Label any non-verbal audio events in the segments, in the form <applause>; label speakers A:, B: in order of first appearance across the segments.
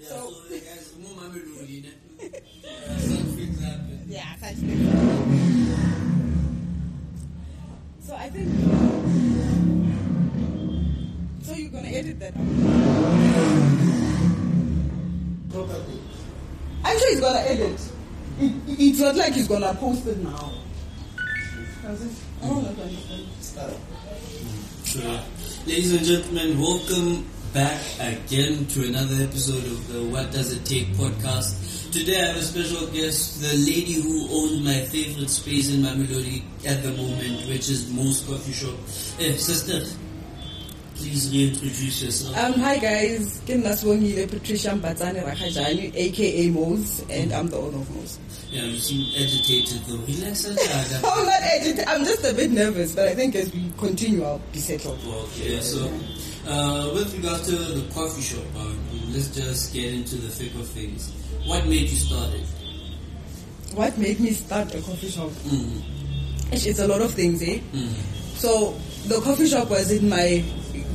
A: Yeah,
B: So-
A: so, the guys, mo mami loli ne. Yeah, such things happen.
B: Yeah, I can't speak for myself. So I think. So you're gonna edit that? out?
A: Probably.
B: I'm sure he's gonna edit. It, it's not like he's gonna post it now. I was just- I don't know.
A: So, ladies and gentlemen, welcome back again to another episode of the What Does It Take podcast. Today I have a special guest, the lady who owns my favorite space in Mamelodi at the moment, which is Mo's Coffee Shop. Eh, sister, please reintroduce yourself.
B: Um, hi guys, Kinaswongile Patricia Mbatane Rakajani, aka Mose, and I'm the owner of Mose.
A: Yeah, you seem agitated though. Relax,
B: <laughs>
A: Sandra.
B: I'm not agitated, I'm just a bit nervous, but I think as we continue, I'll be settled.
A: Okay, so uh, with regard to the coffee shop, uh, let's just get into the thick of things. What made you start it?
B: What made me start a coffee shop? It's it's a lot of things, eh? So the coffee shop was in my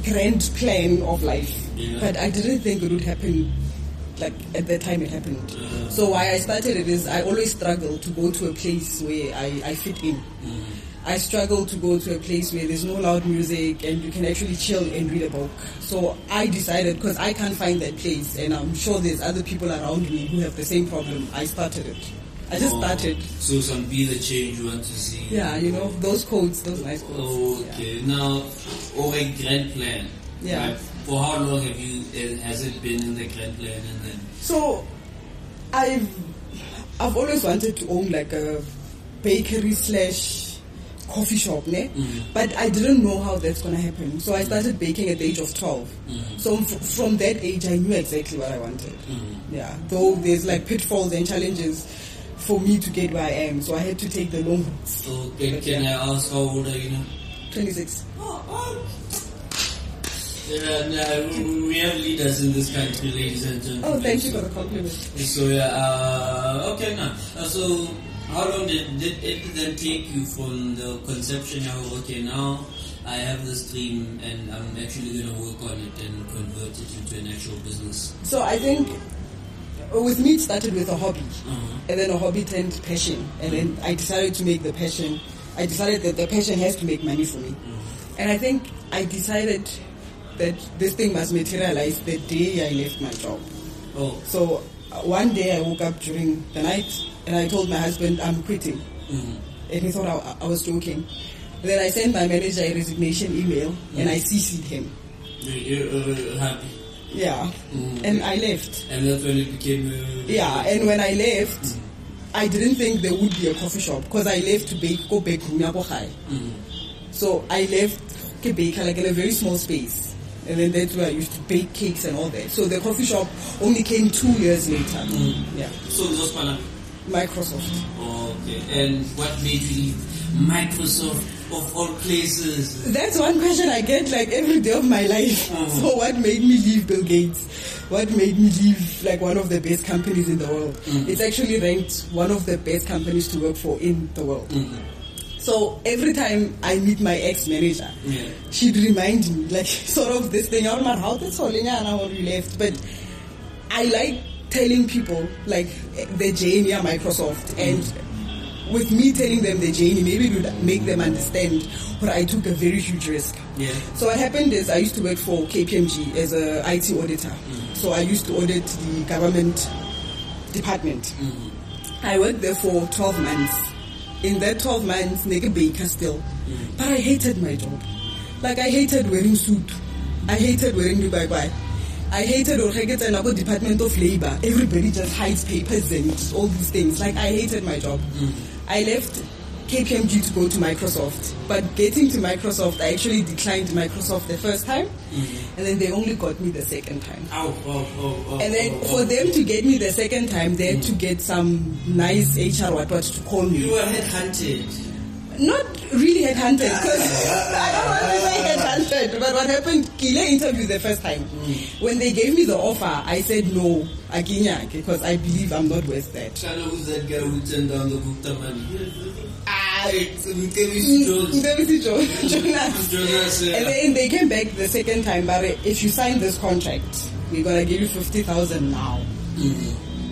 B: grand plan of life,
A: Yeah.
B: but I didn't think it would happen. Like at the time it happened. So why I started it is I always struggle to go to a place where I, I fit in. I struggle to go to a place where there's no loud music and you can actually chill and read a book. So I decided because I can't find that place and I'm sure there's other people around me who have the same problem. I started it. I just
A: Or-
B: started.
A: So some be the change you want to see.
B: Yeah, you know those codes, those nice codes. Yeah.
A: Okay, now, or a grand plan.
B: Yeah.
A: Right? For how long have you, eh, has it been in the grand plan and then?
B: So, I've I've always wanted to own like a bakery slash coffee shop, ne? But I didn't know how that's gonna happen. So I started baking at the age of 12 So f- from that age, I knew exactly what I wanted. Yeah, though there's like pitfalls and challenges for me to get where I am. So I had to take the long route.
A: So can, can I ask how old are you now?
B: Twenty six.
A: Yeah, nah, we- we have leaders in this country, ladies and gentlemen.
B: Oh, thank you
A: so-
B: for the compliment.
A: So yeah, uh, okay now. Uh, so how long did, did it then take you from the conception of okay now I have this dream and I'm actually gonna work on it and convert it into an actual business?
B: So I think with me, it started with a hobby.
A: Uh-huh.
B: and then a hobby turned to passion and then i decided to make the passion i decided that the passion has to make money for me and i think i decided that this thing must materialize the day i left my job
A: Oh,
B: so uh, one day i woke up during the night and i told my husband i'm quitting
A: mm,
B: and he thought i, I was joking then i sent my manager a resignation email and i cc'd him
A: you- you're uh, happy,
B: yeah and i left
A: and that's when it became. Uh,
B: Yeah, and when I left, I didn't think there would be a coffee shop because I left to bake, go bake room ya ko gae. So I left ke baker like in a very small space. And then that's where I used to bake cakes and all that. So the coffee shop only came two years later. Yeah,
A: So just one.
B: Microsoft.
A: Okay, and what made you leave Microsoft of all places?
B: That's one question I get like every day of my life. So what made me leave Bill Gates? What made me leave like one of the best companies in the world? It's actually ranked one of the best companies to work for in the world. So every time I meet my ex-manager,
A: Yeah.
B: she'd remind me like <laughs> sort of this thing. I don't know how this all in and how you left, but I like telling people like the journey at Microsoft and with me telling them the journey, maybe it would make them understand. But I took a very huge risk.
A: Yeah.
B: So what happened is I used to work for KPMG as a IT auditor.
A: Mm.
B: So I used to audit the government department.
A: Mm.
B: I worked there for 12 months. In that 12 months, nigga baker still. But I hated my job. Like I hated wearing suit. I hated wearing dubai bye. I hated or hated another department of labor. Everybody just hides papers and all these things. Like I hated my job. I left KPMG to go to Microsoft. But getting to Microsoft, I actually declined Microsoft the first time. And then they only got me the second time.
A: Ow, oh, oh, oh,
B: And then
A: oh,
B: for
A: oh.
B: them to get me the second time, they had to get some nice HR what what to call
A: you
B: me.
A: were headhunted.
B: Not really headhunted, because <laughs> I don't want to say headhunted, but what happened, Kile interviewed the first time.
A: Mm.
B: When they gave me the offer, I said no, Akinya, because I believe I'm not worth that.
A: Shallow who's that girl who turned down the Gupta money? Ah, it's Mkevish Jones.
B: Ndebisi
A: <laughs>
B: Jo- Jonas.
A: Jonas, yeah.
B: And then they came back the second time, but if you sign this contract, we're gonna give you fifty thousand now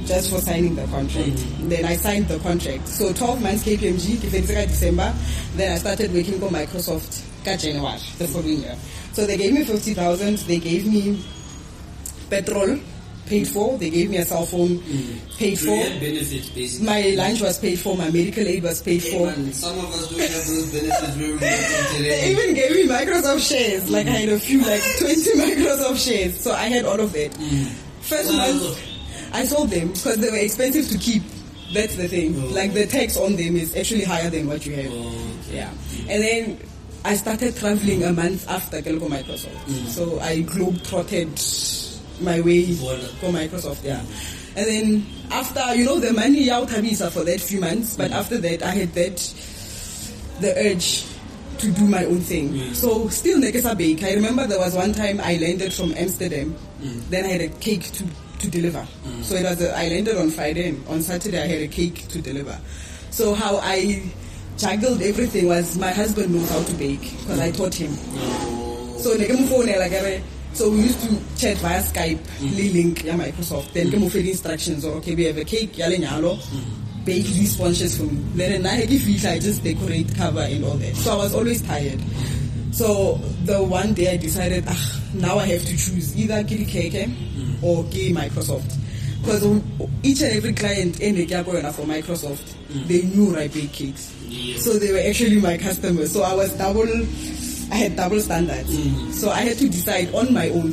B: just for signing the contract. Then I signed the contract. So 12 months KPMG, Kifenzika December. Then I started working for Microsoft ka January the following year. So they gave me 50,000. They gave me petrol paid for. They gave me a cell phone paid
A: So you
B: for.
A: had benefits basically.
B: My lunch was paid for. My medical aid was paid
A: Hey,
B: for.
A: man, some of us don't have those benefits where we are
B: They
A: today.
B: even gave me Microsoft shares. Like I had a few, like 20 Microsoft shares. So I had all of that.
A: Hmm.
B: First
A: Wow.
B: month, I sold them because they were expensive to keep. That's the thing.
A: Oh.
B: Like the tax on them is actually higher than what you have.
A: Okay.
B: Yeah. And then I started traveling a month after Kelco Microsoft.
A: Hmm.
B: So I globetrotted my way
A: Well-
B: for Microsoft, yeah. And then after, you know, the money out Habisa for that few months, but
A: Hmm.
B: after that I had that the urge to do my own thing. So still Nekesa Bake. I remember there was one time I landed from Amsterdam, then I had a cake to, to deliver. So it was a, I landed on Friday and on Saturday I had a cake to deliver. So how I juggled everything was my husband knows how to bake because I taught him.
A: Oh,
B: So neke mufone like I so we used to chat via Skype, le link ya Microsoft. Then ke mufile instructions or okay we have a cake yale nyalo. Bake these sponges for me. Then I give it I just decorate cover and all that. So I was always tired. So the one day I decided ah now I have to choose either Kitty Cake or Gay Microsoft. Because each and every client e in the Gaboyana for Microsoft, they knew I bake cakes.
A: Yes.
B: So they were actually my customers. So I was double, I had double standards. So I had to decide on my own.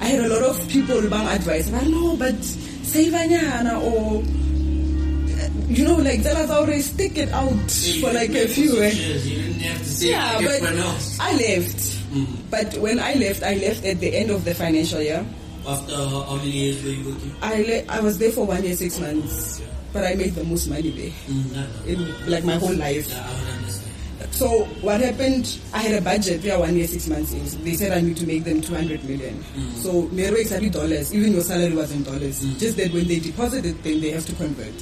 B: I had a lot of people bang advice, but no, but save anyana or uh, you know, like tell us how they stick it out for like a few. eh.
A: Yes, you didn't have to say
B: Yeah,
A: like
B: but
A: everyone else.
B: I left. But when I left, I left at the end of the financial year.
A: After how how many years were you working?
B: I le- I was there for one year, six months, but I made the most money there
A: Mm, I-
B: in like my whole life.
A: I- I would understand.
B: So what happened? I had a budget there one year, six months in. They said I need to make them 200 million. So they were exactly dollars. Even your salary was in dollars. Just that when they deposit it, then they have to convert.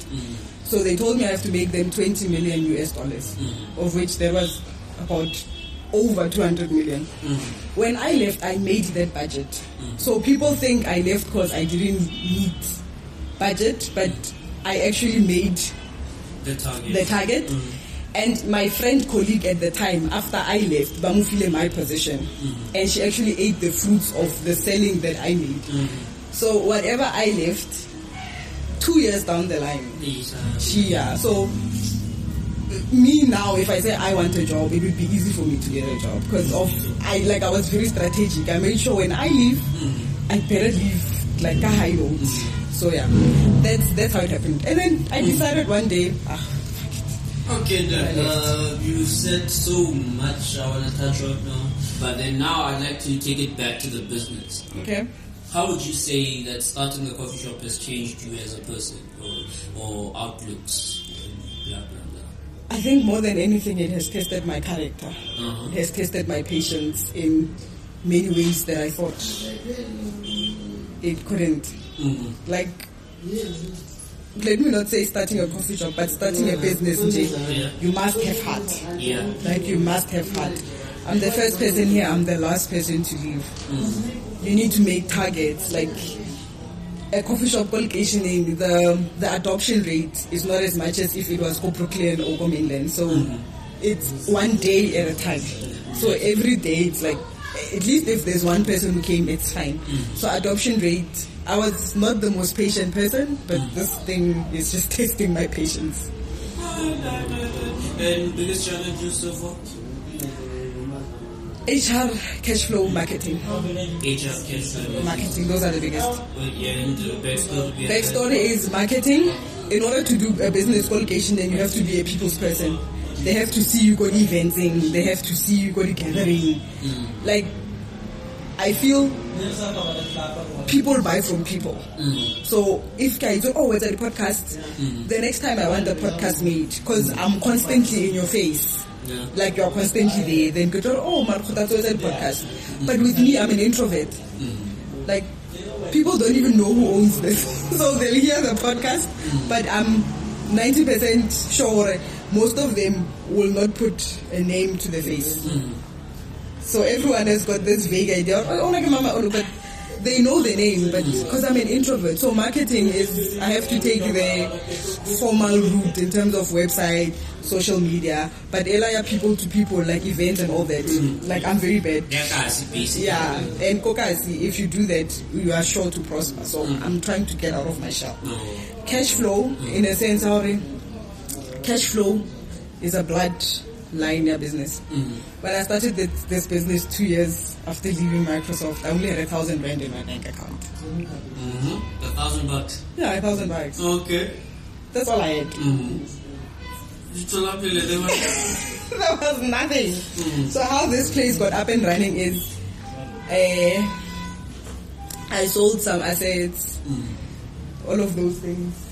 B: So they told me I have to make them 20 million US dollars, of which there was about over 200 million. When I left, I made that budget. So people think I left because I didn't meet budget, but I actually made
A: The target.
B: the target. And my friend colleague at the time, after I left, Bamufile my position, and she actually ate the fruits of the selling that I made. So whatever I left, two years down the line,
A: Yes, uh,
B: she yeah. So me now, if I say I want a job, it would be easy for me to get a job because of I like I was very strategic. I made sure when I leave, I better leave like a high note. So yeah, that's that's how it happened. And then I decided one day. Ah,
A: Okay, then, uh, you said so much I want to touch on now, but then now I'd like to take it back to the business.
B: Okay.
A: How would you say that starting a coffee shop has changed you as a person or, or outlooks? and Blah, blah,
B: I think more than anything, it has tested my character.
A: Uh-huh.
B: It has tested my patience in many ways that I thought it couldn't.
A: blah. hmm
B: Like, let me not say starting a coffee shop, but starting a business, Nje,
A: Yeah.
B: you must have heart.
A: Yeah.
B: Like you must have had. I'm the first person here, I'm the last person to leave. You need to make targets. Like a coffee shop publication, the the adoption rate is not as much as if it was Coproclean or Go Mainland. So it's one day at a time. So every day it's like at least if there's one person who came, it's fine. So adoption rate, I was not the most patient person, but this thing is just <laughs> testing my patience.
A: And biggest challenges so far?
B: HR, cash flow, marketing.
A: HR, cancer,
B: marketing. Those are the biggest.
A: yeah, and the backstory. yeah.
B: Backstory is marketing. In order to do a business qualification, then you have to be a people's person. They have to see you go to eventing. They have to see you go to gathering. Like, I feel people buy from people. So if I do, oh, it's a podcast. The next time I want the podcast made because I'm constantly in your face.
A: Yeah.
B: Like you're constantly there. Then go to, oh, Marco, that's a podcast. But with me, I'm an introvert. Like people don't even know who owns this, <laughs> so they'll hear the podcast. But I'm 90% sure most of them will not put a name to the face. So everyone has got this vague idea. Oh, like mama, oh, but they know the name, but because I'm an introvert, so marketing is I have to take the formal route in terms of website, social media. But Elaya people to people like events and all that. Like I'm very bad.
A: That is basically.
B: Yeah, and Kokasi, if you do that, you are sure to prosper. So I'm trying to get out of my shell. Cash flow, in a sense, sorry, cash flow is a bloodline in business. When I started this, this business two years after leaving Microsoft, I only had a thousand rand in my bank account.
A: Mm-hmm. A thousand bucks.
B: Yeah, a thousand bucks.
A: Okay.
B: That's all I had.
A: Mm-hmm. Tilapia, they were-
B: there was nothing. So how this place got up and running is, uh, I sold some assets, all of those things.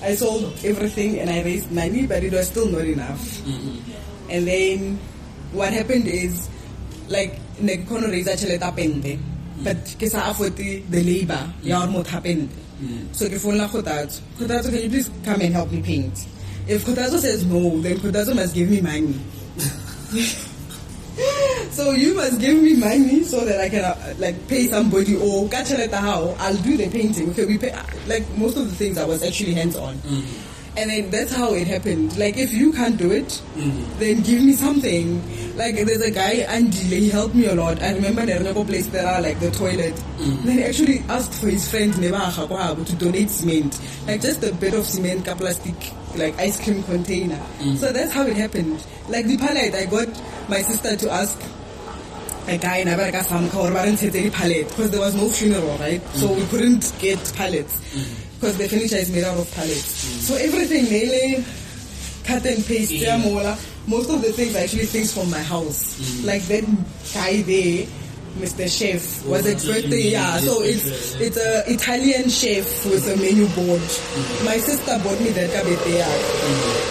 B: I sold everything and I raised money, but it was still not enough.
A: Mm-hmm.
B: And then what happened is, like, ne ke kgone ho raise tjhelete hapende, but ke sa afford the the labor ya hore motho a pente. So ke founela Kgothatso. Kgothatso, can you please come and help me paint? If Kgothatso says no, then Kgothatso must give me money. So you must give me money so that I can uh, like pay somebody or catch it at the house. I'll do the painting. Okay, we pay uh, like most of the things I was actually hands on, and then that's how it happened. Like if you can't do it, then give me something. Like there's a guy Andy, he helped me a lot. I remember the local place there are like the toilet. Then he actually asked for his friend Neba Akhakwabo to donate cement, like just a bit of cement, a plastic like ice cream container. So that's how it happened. Like the palette, I got my sister to ask a guy in America some or not said any palette because there was no funeral, right? So we couldn't get pallets because the furniture is made out of pallets. So everything mainly cut and paste, yeah. mola. Most of the things are actually things from my house. Like that guy there, Mr. Chef, was
A: Oh,
B: at
A: you
B: birthday,
A: mean
B: yeah.
A: this
B: So
A: picture,
B: it's
A: yeah.
B: it's a Italian chef with a menu board. My sister bought me that cabetea,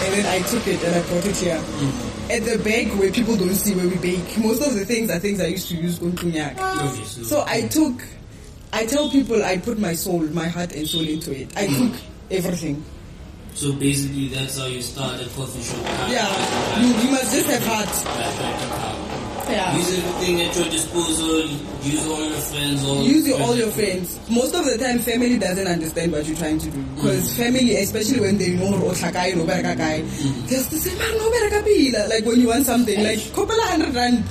B: and then I took it and I brought it here. At the back where people don't see where we bake, most of the things are things I used to use on cognac.
A: Obviously.
B: So I took, I tell people I put my soul, my heart and soul into it. I took everything.
A: So basically, that's how you start a coffee shop.
B: Yeah, you, you must just have heart. Yeah.
A: Use everything at your disposal. Use all your friends. All
B: Use your, all your friends. Most of the time, family doesn't understand what you're trying to do. Because family, especially when they know Otakai, Roberakakai, they just say, man, Roberakapi. Like when you want something, like, Kopala 100 rand.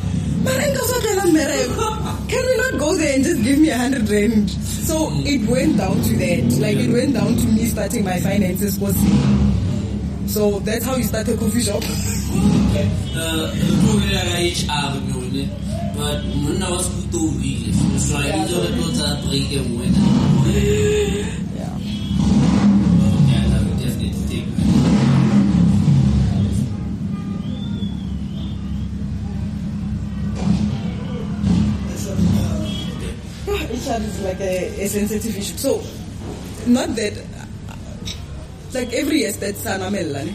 B: Man, I can't sort of <laughs> merek. Can we not go there and just give me a 100 rand? So it went down to that. Like it went down to me starting my finances. Was so that's how you start a coffee shop.
A: Uh, probably like HR yone, but monna wa skutovile. So I need to go to break and win.
B: Yeah.
A: Yeah, I would definitely take it.
B: <laughs> HR is like a, a sensitive issue. So, not that, uh, like every aspect, sanamelani,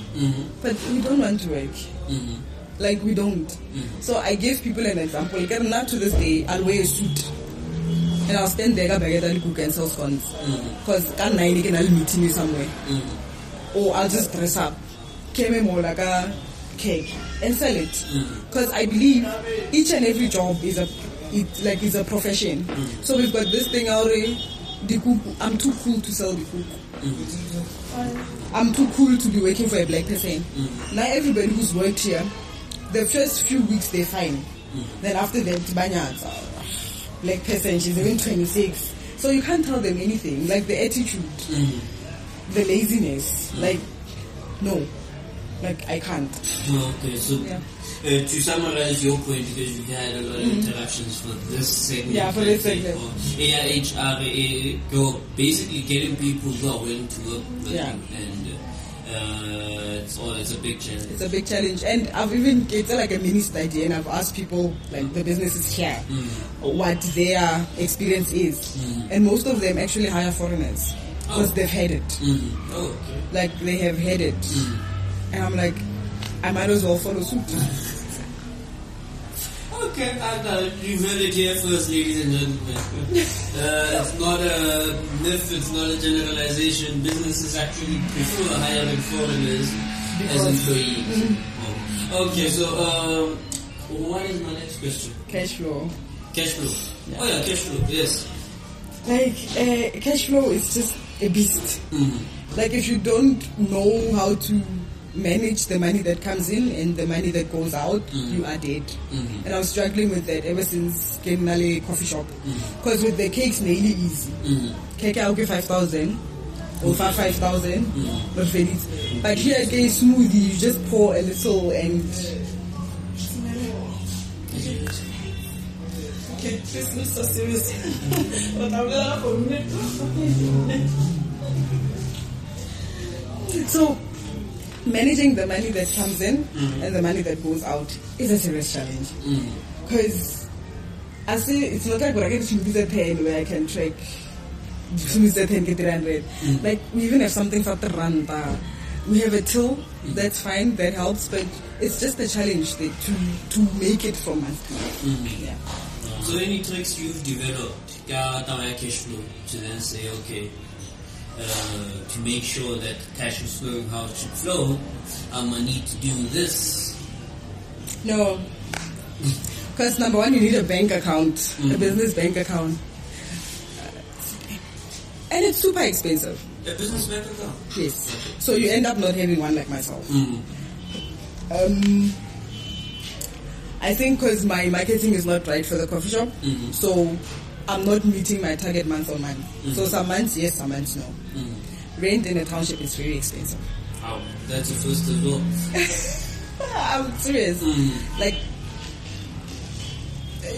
B: but we don't want to work. Like we don't. So I gave people an example. Like now to this day, I'll wear a suit. And I'll stand there, I'll and cook and sell scones. Because at nine, again, I'll meet you somewhere. Or Oh, I'll just dress up. Came more like a cake and sell it. Because I believe each and every job is a it, like is a profession. So we've got this thing already. The cook, I'm too cool to sell the cook. I'm too cool to be working for a black person. Now everybody who's worked here, the first few weeks they're fine. Then after that, banyans, black person, she's even 26. So you can't tell them anything. Like the attitude, the laziness, like, no, like I can't.
A: Okay, so
B: Yeah.
A: uh, to summarize your point, because we had a lot of interruptions for this segment.
B: Mm-hmm. Yeah, for this
A: I think,
B: segment.
A: or AIHR, eh, go basically getting people who are willing to work with
B: Yeah.
A: you, and uh, it's, all, it's a big challenge.
B: It's a big challenge. And I've even, it's like a mini study, and I've asked people, like the businesses here, what their experience is. And most of them actually hire foreigners because
A: Oh.
B: they've had it.
A: Mm. Oh, okay.
B: like they have had it. And I'm like, I might as well follow suit.
A: Okay, I know. You heard it here first, ladies and gentlemen. Uh, it's not a myth, it's not a generalization. Businesses actually prefer hiring foreigners as
B: Because- Mhm.
A: employees. Oh. Okay, so um, what is my next question?
B: Cash flow.
A: Cash flow.
B: Yeah.
A: Oh yeah, cash flow. Yes.
B: like uh, cash flow is just a beast. Like if you don't know how to manage the money that comes in and the money that goes out, you are dead. And I was struggling with that ever since Kenale coffee shop, because with the cakes mainly easy. Cake I'll give five thousand. Or five five thousand, but very easy. But here again, smoothie you just pour a little and
C: Okay, please not so serious.
B: <laughs>
C: but I will laugh for a minute.
B: So, managing the money that comes in and the money that goes out is a serious challenge. Because I see it's not like what I get to use a pen where I can track to use a pen get 300. Like, we even have something for the randa. We have a till, that's fine, that helps, but it's just a challenge that to, to make it from month to month. Yeah. Uh-huh.
A: So any tricks you've developed, ka taba ya cash flow, to then say, okay, uh, to make sure that cash is flowing how it should flow, I'm gonna need to do this.
B: No. Because number one, you need a bank account, a business bank account. And it's super expensive.
A: A business bank account.
B: Yes. So you end up not having one like myself.
A: Mm.
B: Um, I think because my marketing is not right for the coffee shop, so I'm not meeting my target month on month. So some months yes, some months no. Rent in a township is very expensive.
A: Wow, Oh, that's the first as well.
B: I'm serious. Like,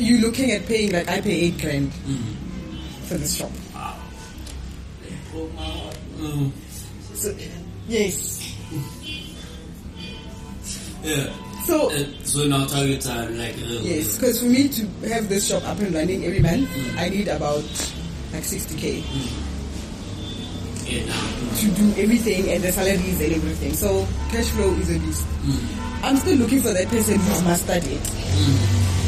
B: you looking at paying, like, I pay eight grand for this shop.
A: Broke my heart. Mm.
B: So, yes.
A: Yeah.
B: So,
A: Uh, so now targets are like uh,
B: yes, because for me to have this shop up and running every month, I need about like 60k
A: yeah, now.
B: to do everything and the salaries and everything. So, cash flow is a beast. I'm still looking for that person who's mastered it.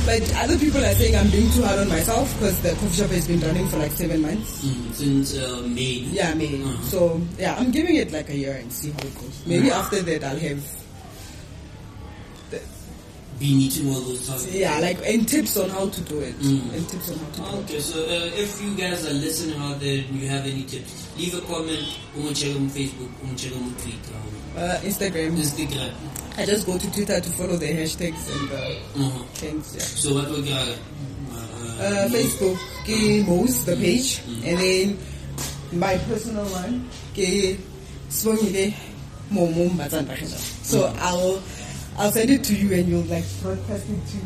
B: But other people are saying I'm being too hard on myself because the coffee shop has been running for like seven months.
A: Mm, since uh, May.
B: Yeah, maybe.
A: Uh-huh.
B: So yeah, I'm giving it like a year and see how it goes. Maybe after that I'll have
A: Been eating all those targets.
B: yeah, like and tips on how to do it.
A: Mm.
B: And tips on how to do it.
A: Okay, so uh, if you guys are listening out there and you have any tips, leave a comment. Um, check on Facebook, um, check on Twitter, um,
B: Uh, Instagram.
A: Instagram.
B: I just go to Twitter to follow the hashtags and the
A: Uh-huh.
B: things. Yeah.
A: So what we got? Uh,
B: Uh, Facebook, Gay Mose, the page,
A: Mm.
B: and then my personal one, Gay Swangile Momo Mazandakela. So
A: Mm.
B: I'll I'll send it to you and you'll like broadcast it to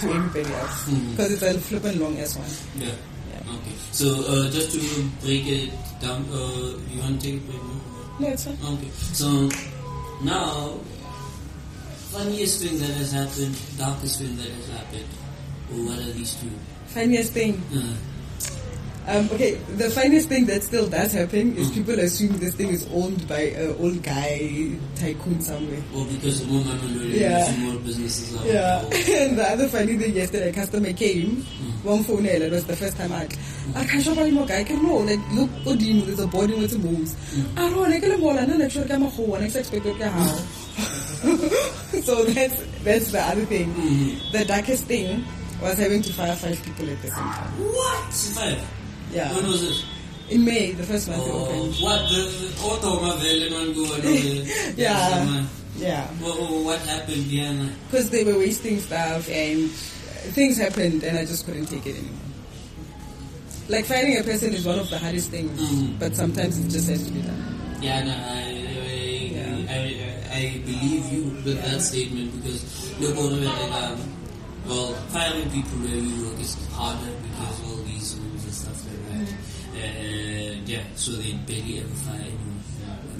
B: to everybody else
A: Mm.
B: because it's a flippin' long ass one.
A: Yeah.
B: Yeah.
A: Okay. So uh, just to break it down, uh, you want to take a break? No?
B: No, it's fine.
A: Okay. So now, funniest thing that has happened, darkest thing that has happened. Oh, what are these two?
B: Funniest thing.
A: Uh,
B: Um, okay, the funniest thing that still does happen is people assume this thing is owned by an old guy tycoon somewhere.
A: well, because the woman already
B: Yeah.
A: yeah. more businesses are.
B: Yeah. <laughs> and the other funny thing yesterday, a customer came, one phone hell, it was the first time I, I can't show you more guy, I can know, like, look, Odin, there's a body with the moves. I don't know, I can't know, I don't know, I can't know, I can't know, how. <laughs> So that's, that's the other thing.
A: Mm-hmm.
B: The darkest thing was having to fire five people at the same time.
A: What? Five.
B: Yeah.
A: When was it?
B: In May, the first month they
A: Oh,
B: opened.
A: what the the auto of and go and all the-
B: <laughs> Yeah. Yeah.
A: What, what happened, Diana?
B: because they were wasting stuff and things happened and I just couldn't take it anymore. Like finding a person is one of the hardest things,
A: Mhm.
B: but sometimes it just has to be done.
A: Yeah, no, I, I,
B: Yeah.
A: I, I, I believe you with that statement because you're going to um, well, firing people where you work is harder because all these rules and stuff like that.
B: Mm-hmm.
A: And yeah, so they barely ever fire anyone.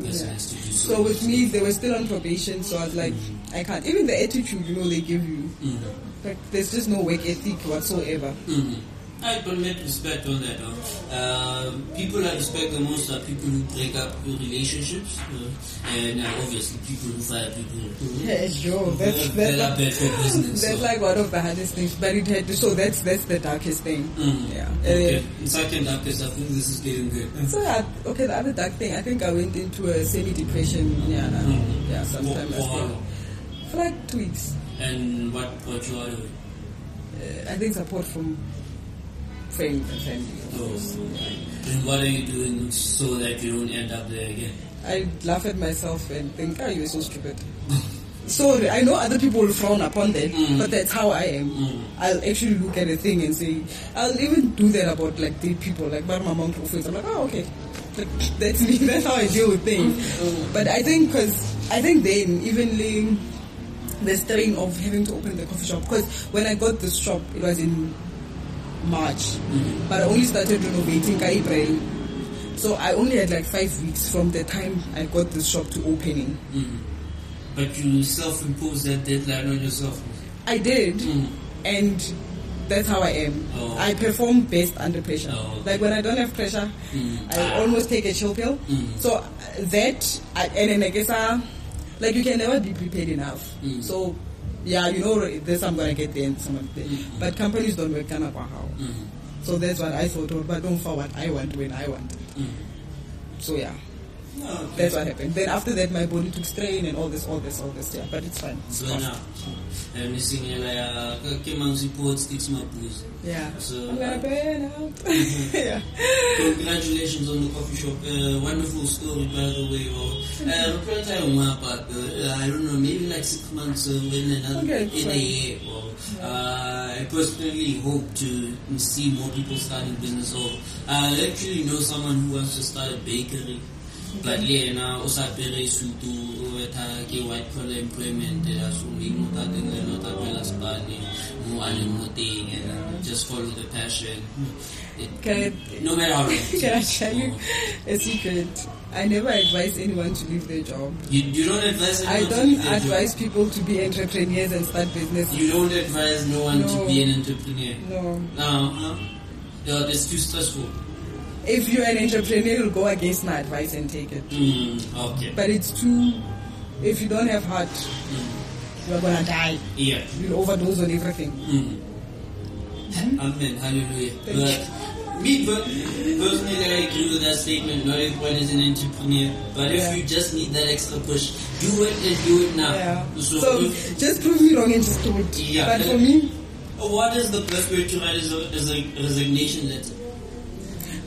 A: A person
B: Yeah.
A: has to do so.
B: So with me, they were still on probation, so I was like, I can't. Even the attitude, you know, they give you,
A: Mm.
B: like, there's just no work ethic whatsoever.
A: Mm. I don't make respect on that. Huh? Uh, people I respect the most are people who break up your relationships, uh, and uh, obviously people who fire people.
B: Yeah, sure. That's
A: They're
B: that's,
A: not bad
B: <laughs>
A: for business,
B: that's
A: so.
B: like one of the hardest things. But it had to. So that's that's the darkest thing.
A: Mm.
B: Yeah.
A: Okay.
B: Uh,
A: Second up is I think this is getting good.
B: So I, okay, the other dark thing, I think I went into a semi-depression. Yeah, nah,
A: Mm.
B: yeah, sometime
A: For-
B: last
A: for how
B: year.
A: long?
B: For like two weeks,
A: And what what you are doing?
B: uh, I think support from friends and family.
A: Oh, right. And what are you doing so that you don't end up there again?
B: I laugh at myself and think, ah, you're so stupid. <laughs> Sorry, I know other people will frown upon that, but that's how I am. I'll actually look at a thing and say, I'll even do that about like the people, like about my mom friends. I'm like, oh, okay, Like, that's me. <laughs> That's how I deal with things. But I think because I think then evenly the strain of having to open the coffee shop because when I got this shop, it was in March, but I only started renovating by April. So I only had like five weeks from the time I got this shop to opening.
A: But you self impose that deadline on yourself.
B: I did, and that's how I am.
A: Mm. Oh.
B: I perform best under pressure.
A: Oh, okay. Mm.
B: Like when I don't have pressure, I almost take a chill pill. So uh, that, I, and then I guess, uh, like you can never be prepared enough.
A: Mm.
B: So yeah, you know this I'm gonna get there and some of that.
A: Mm.
B: But companies don't work kind of how. So that's what I thought. oh, But don't for what I want when I want.
A: Mm.
B: So yeah.
A: No, okay.
B: That's what happened. Then after that, my body took strain and all this, all this, all this. Yeah, but it's fine. It's
A: So
B: fine.
A: now, I'm missing you like, uh, okay, mom, support sticks my booze.
B: Yeah.
A: So,
B: I'm gonna
A: uh,
B: burn
A: <laughs>
B: out. <laughs> yeah.
A: Congratulations on the coffee shop. Uh, wonderful story, by the way. Of, uh, apparently I don't know about, uh, I don't know, maybe like six months uh, when another
B: Okay,
A: in a
B: fine.
A: year. Or, uh, I personally hope to see more people starting business. Or I actually know someone who wants to start a bakery. But yeah, now also pere sutu weta ke white collar employment eh, as we know that in the north as well as Bali, more and more thing and uh, just follow the passion. It,
B: Can
A: no matter
B: <laughs>
A: how it
B: Can I tell you
A: Oh.
B: a secret? I never advise anyone to leave their job.
A: You, you don't advise
B: I
A: anyone to
B: don't
A: leave their
B: advise people to be entrepreneurs and start
A: job.
B: business.
A: You don't advise no one to
B: No.
A: be an entrepreneur. uh,
B: No.
A: No, huh? No, it's too stressful.
B: If you're an entrepreneur, you'll go against my advice and take it.
A: Mm, okay.
B: But it's too. If you don't have heart,
A: Mm.
B: you're gonna die.
A: Yeah.
B: You'll overdose on everything.
A: Mm.
B: Hmm?
A: Amen. Hallelujah. But me per- personally, I agree with that statement. Not everyone is an entrepreneur, but
B: Yeah.
A: if you just need that extra push, do it and do it now.
B: Yeah.
A: Ah, So,
B: So
A: if-
B: just prove me wrong and just do it.
A: Yeah.
B: But for me,
A: uh, what is the best way to write is a, is a resignation letter?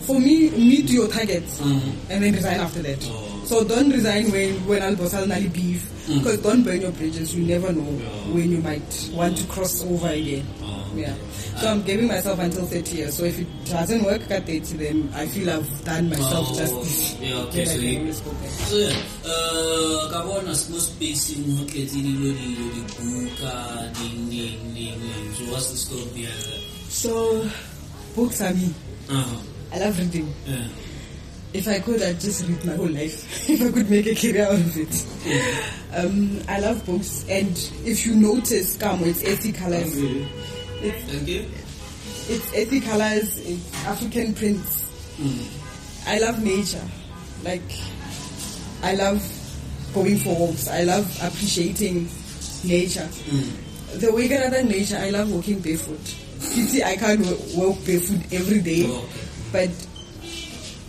B: for me, meet your targets
A: Mhm.
B: and then resign after that.
A: Oh. Mm.
B: So don't resign when when Albosal Nali beef because don't burn your bridges. You never know when you might want to cross over again.
A: Oh.
B: Yeah. So I'm giving myself until 30 years. So if it doesn't work at 30, then I feel I've done myself
A: Oh,
B: justice.
A: yeah, okay,
B: Then I
A: so
B: can
A: you-
B: always go back.
A: So yeah, uh, ka bona mo spacing ho tletse dilo dilo dibuka ding ding ding ding. So what's the story behind that?
B: So books are me.
A: Uh-huh.
B: I love reading.
A: Yeah.
B: If I could, I'd just read my whole life. <laughs> if I could make a career out of
A: <laughs>
B: it. Um, I love books, and if you notice, Kamo, it's 80 colors. It's,
A: Thank you.
B: it's 80 colors, it's African prints.
A: Mm.
B: I love nature. Like, I love going for walks. I love appreciating nature.
A: Mm.
B: The way I than nature, I love walking barefoot. Pity I can't wa- walk barefoot every day,
A: Oh.
B: but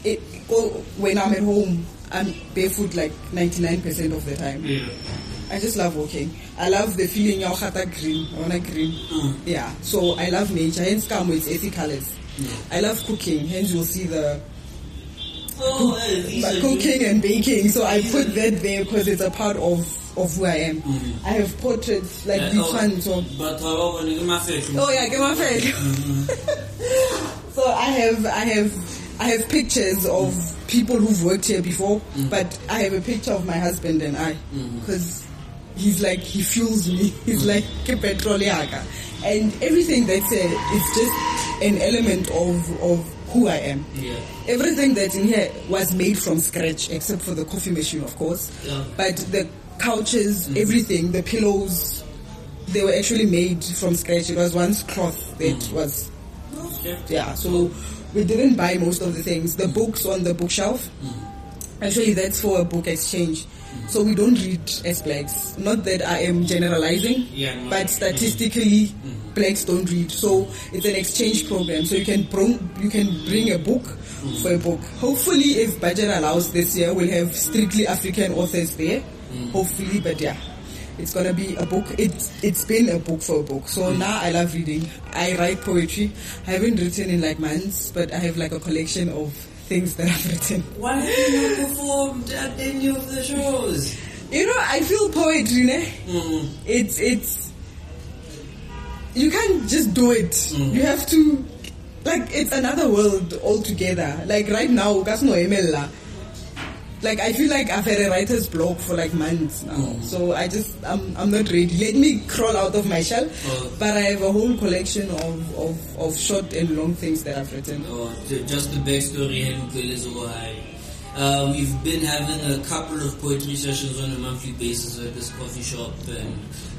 B: it, go- when I'm at home, I'm barefoot like 99% of the time.
A: Yeah.
B: I just love walking. I love the feeling of hata green, I want a green.
A: Mm.
B: Yeah, so I love nature. Hence, come with earthy colors. I love cooking. Hence, you'll see the
A: Oh, hey, these
B: but
A: are
B: cooking and baking. So I put that there because it's a part of of who I am. I have portraits like
A: Mm-hmm. Yeah,
B: this
A: oh,
B: one. So
A: But I want to my face.
B: oh yeah, get my face.
A: Mm-hmm.
B: <laughs> so I have I have I have pictures of people who've worked here before,
A: Mm-hmm.
B: but I have a picture of my husband and I because he's like he fuels me. <laughs> He's
A: Mm-hmm.
B: like ke petrol yaka, and everything that's here is just an element of of who I am.
A: Yeah.
B: Everything that's in here was made from scratch, except for the coffee machine, of course.
A: Yeah.
B: But the couches, everything, the pillows, they were actually made from scratch. It was once cloth that was,
A: Okay.
B: yeah. So we didn't buy most of the things. The books on the bookshelf, actually, that's for a book exchange. So we don't read as blacks. Not that I am generalizing,
A: Yeah, no. Mm-hmm.
B: but statistically, blacks don't read. So it's an exchange program. So you can bring you can bring a book
A: Mm-hmm.
B: for a book. Hopefully, if
A: Mm-hmm.
B: budget allows this year, we'll have strictly African authors there. Hopefully, but yeah, It's gonna be a book. It's it's been a book for a book. So
A: Mm-hmm.
B: now I love reading. I write poetry. I haven't written in like months, but I have like a collection of things that <laughs> I've written.
A: Why have you not performed at any of the shows?
B: You know, I feel poetry, ne?
A: Mm.
B: It's it's you can't just do it. You have to like it's another world altogether. Like right now, that's no emela. Like I feel like I've had a writer's block for like months now, so I just I'm I'm not ready. Let me crawl out of my shell.
A: Oh.
B: But I have a whole collection of, of, of short and long things that I've written.
A: Or ju- just the backstory, Hemkel is why. Uh, we've been having a couple of poetry sessions on a monthly basis at this coffee shop and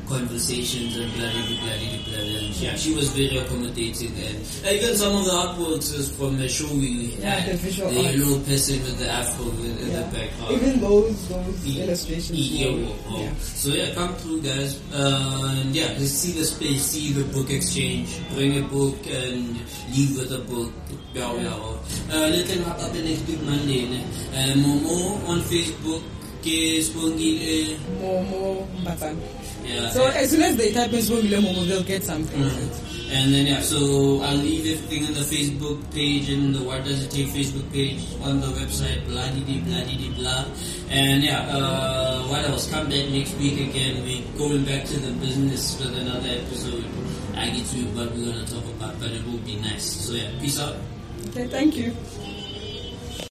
A: conversations and blah, blah, blah, blah, blah, blah. And yeah, she was very accommodating and and even some of the artworks is from the show we
B: Yeah,
A: had.
B: the visual
A: the
B: arts.
A: yellow person with the afro in, in the
B: Yeah.
A: background.
B: Even those those
A: E-
B: illustrations.
A: E-
B: were-
A: yeah, oh, oh. So yeah, come through, guys. Uh, and yeah, just see the space, see the book exchange. Bring a book and leave with a book. Bow, bow. Uh, let them up the next week Monday. Ne? Uh, Momo on Facebook. Ke Spongile.
B: More more Mbatsan.
A: Yeah.
B: So as soon as they type in Swahili Momo, they'll get something.
A: Mhm. And then yeah, so I'll leave everything on the Facebook page and the What Does It Take Facebook page on the website, blah dee dee blah dee dee blah. And yeah, uh, what else? Come back next week again. We're going back to the business with another episode. I get to what we're gonna talk about, but it will be nice. So yeah, peace out.
B: Okay, thank you.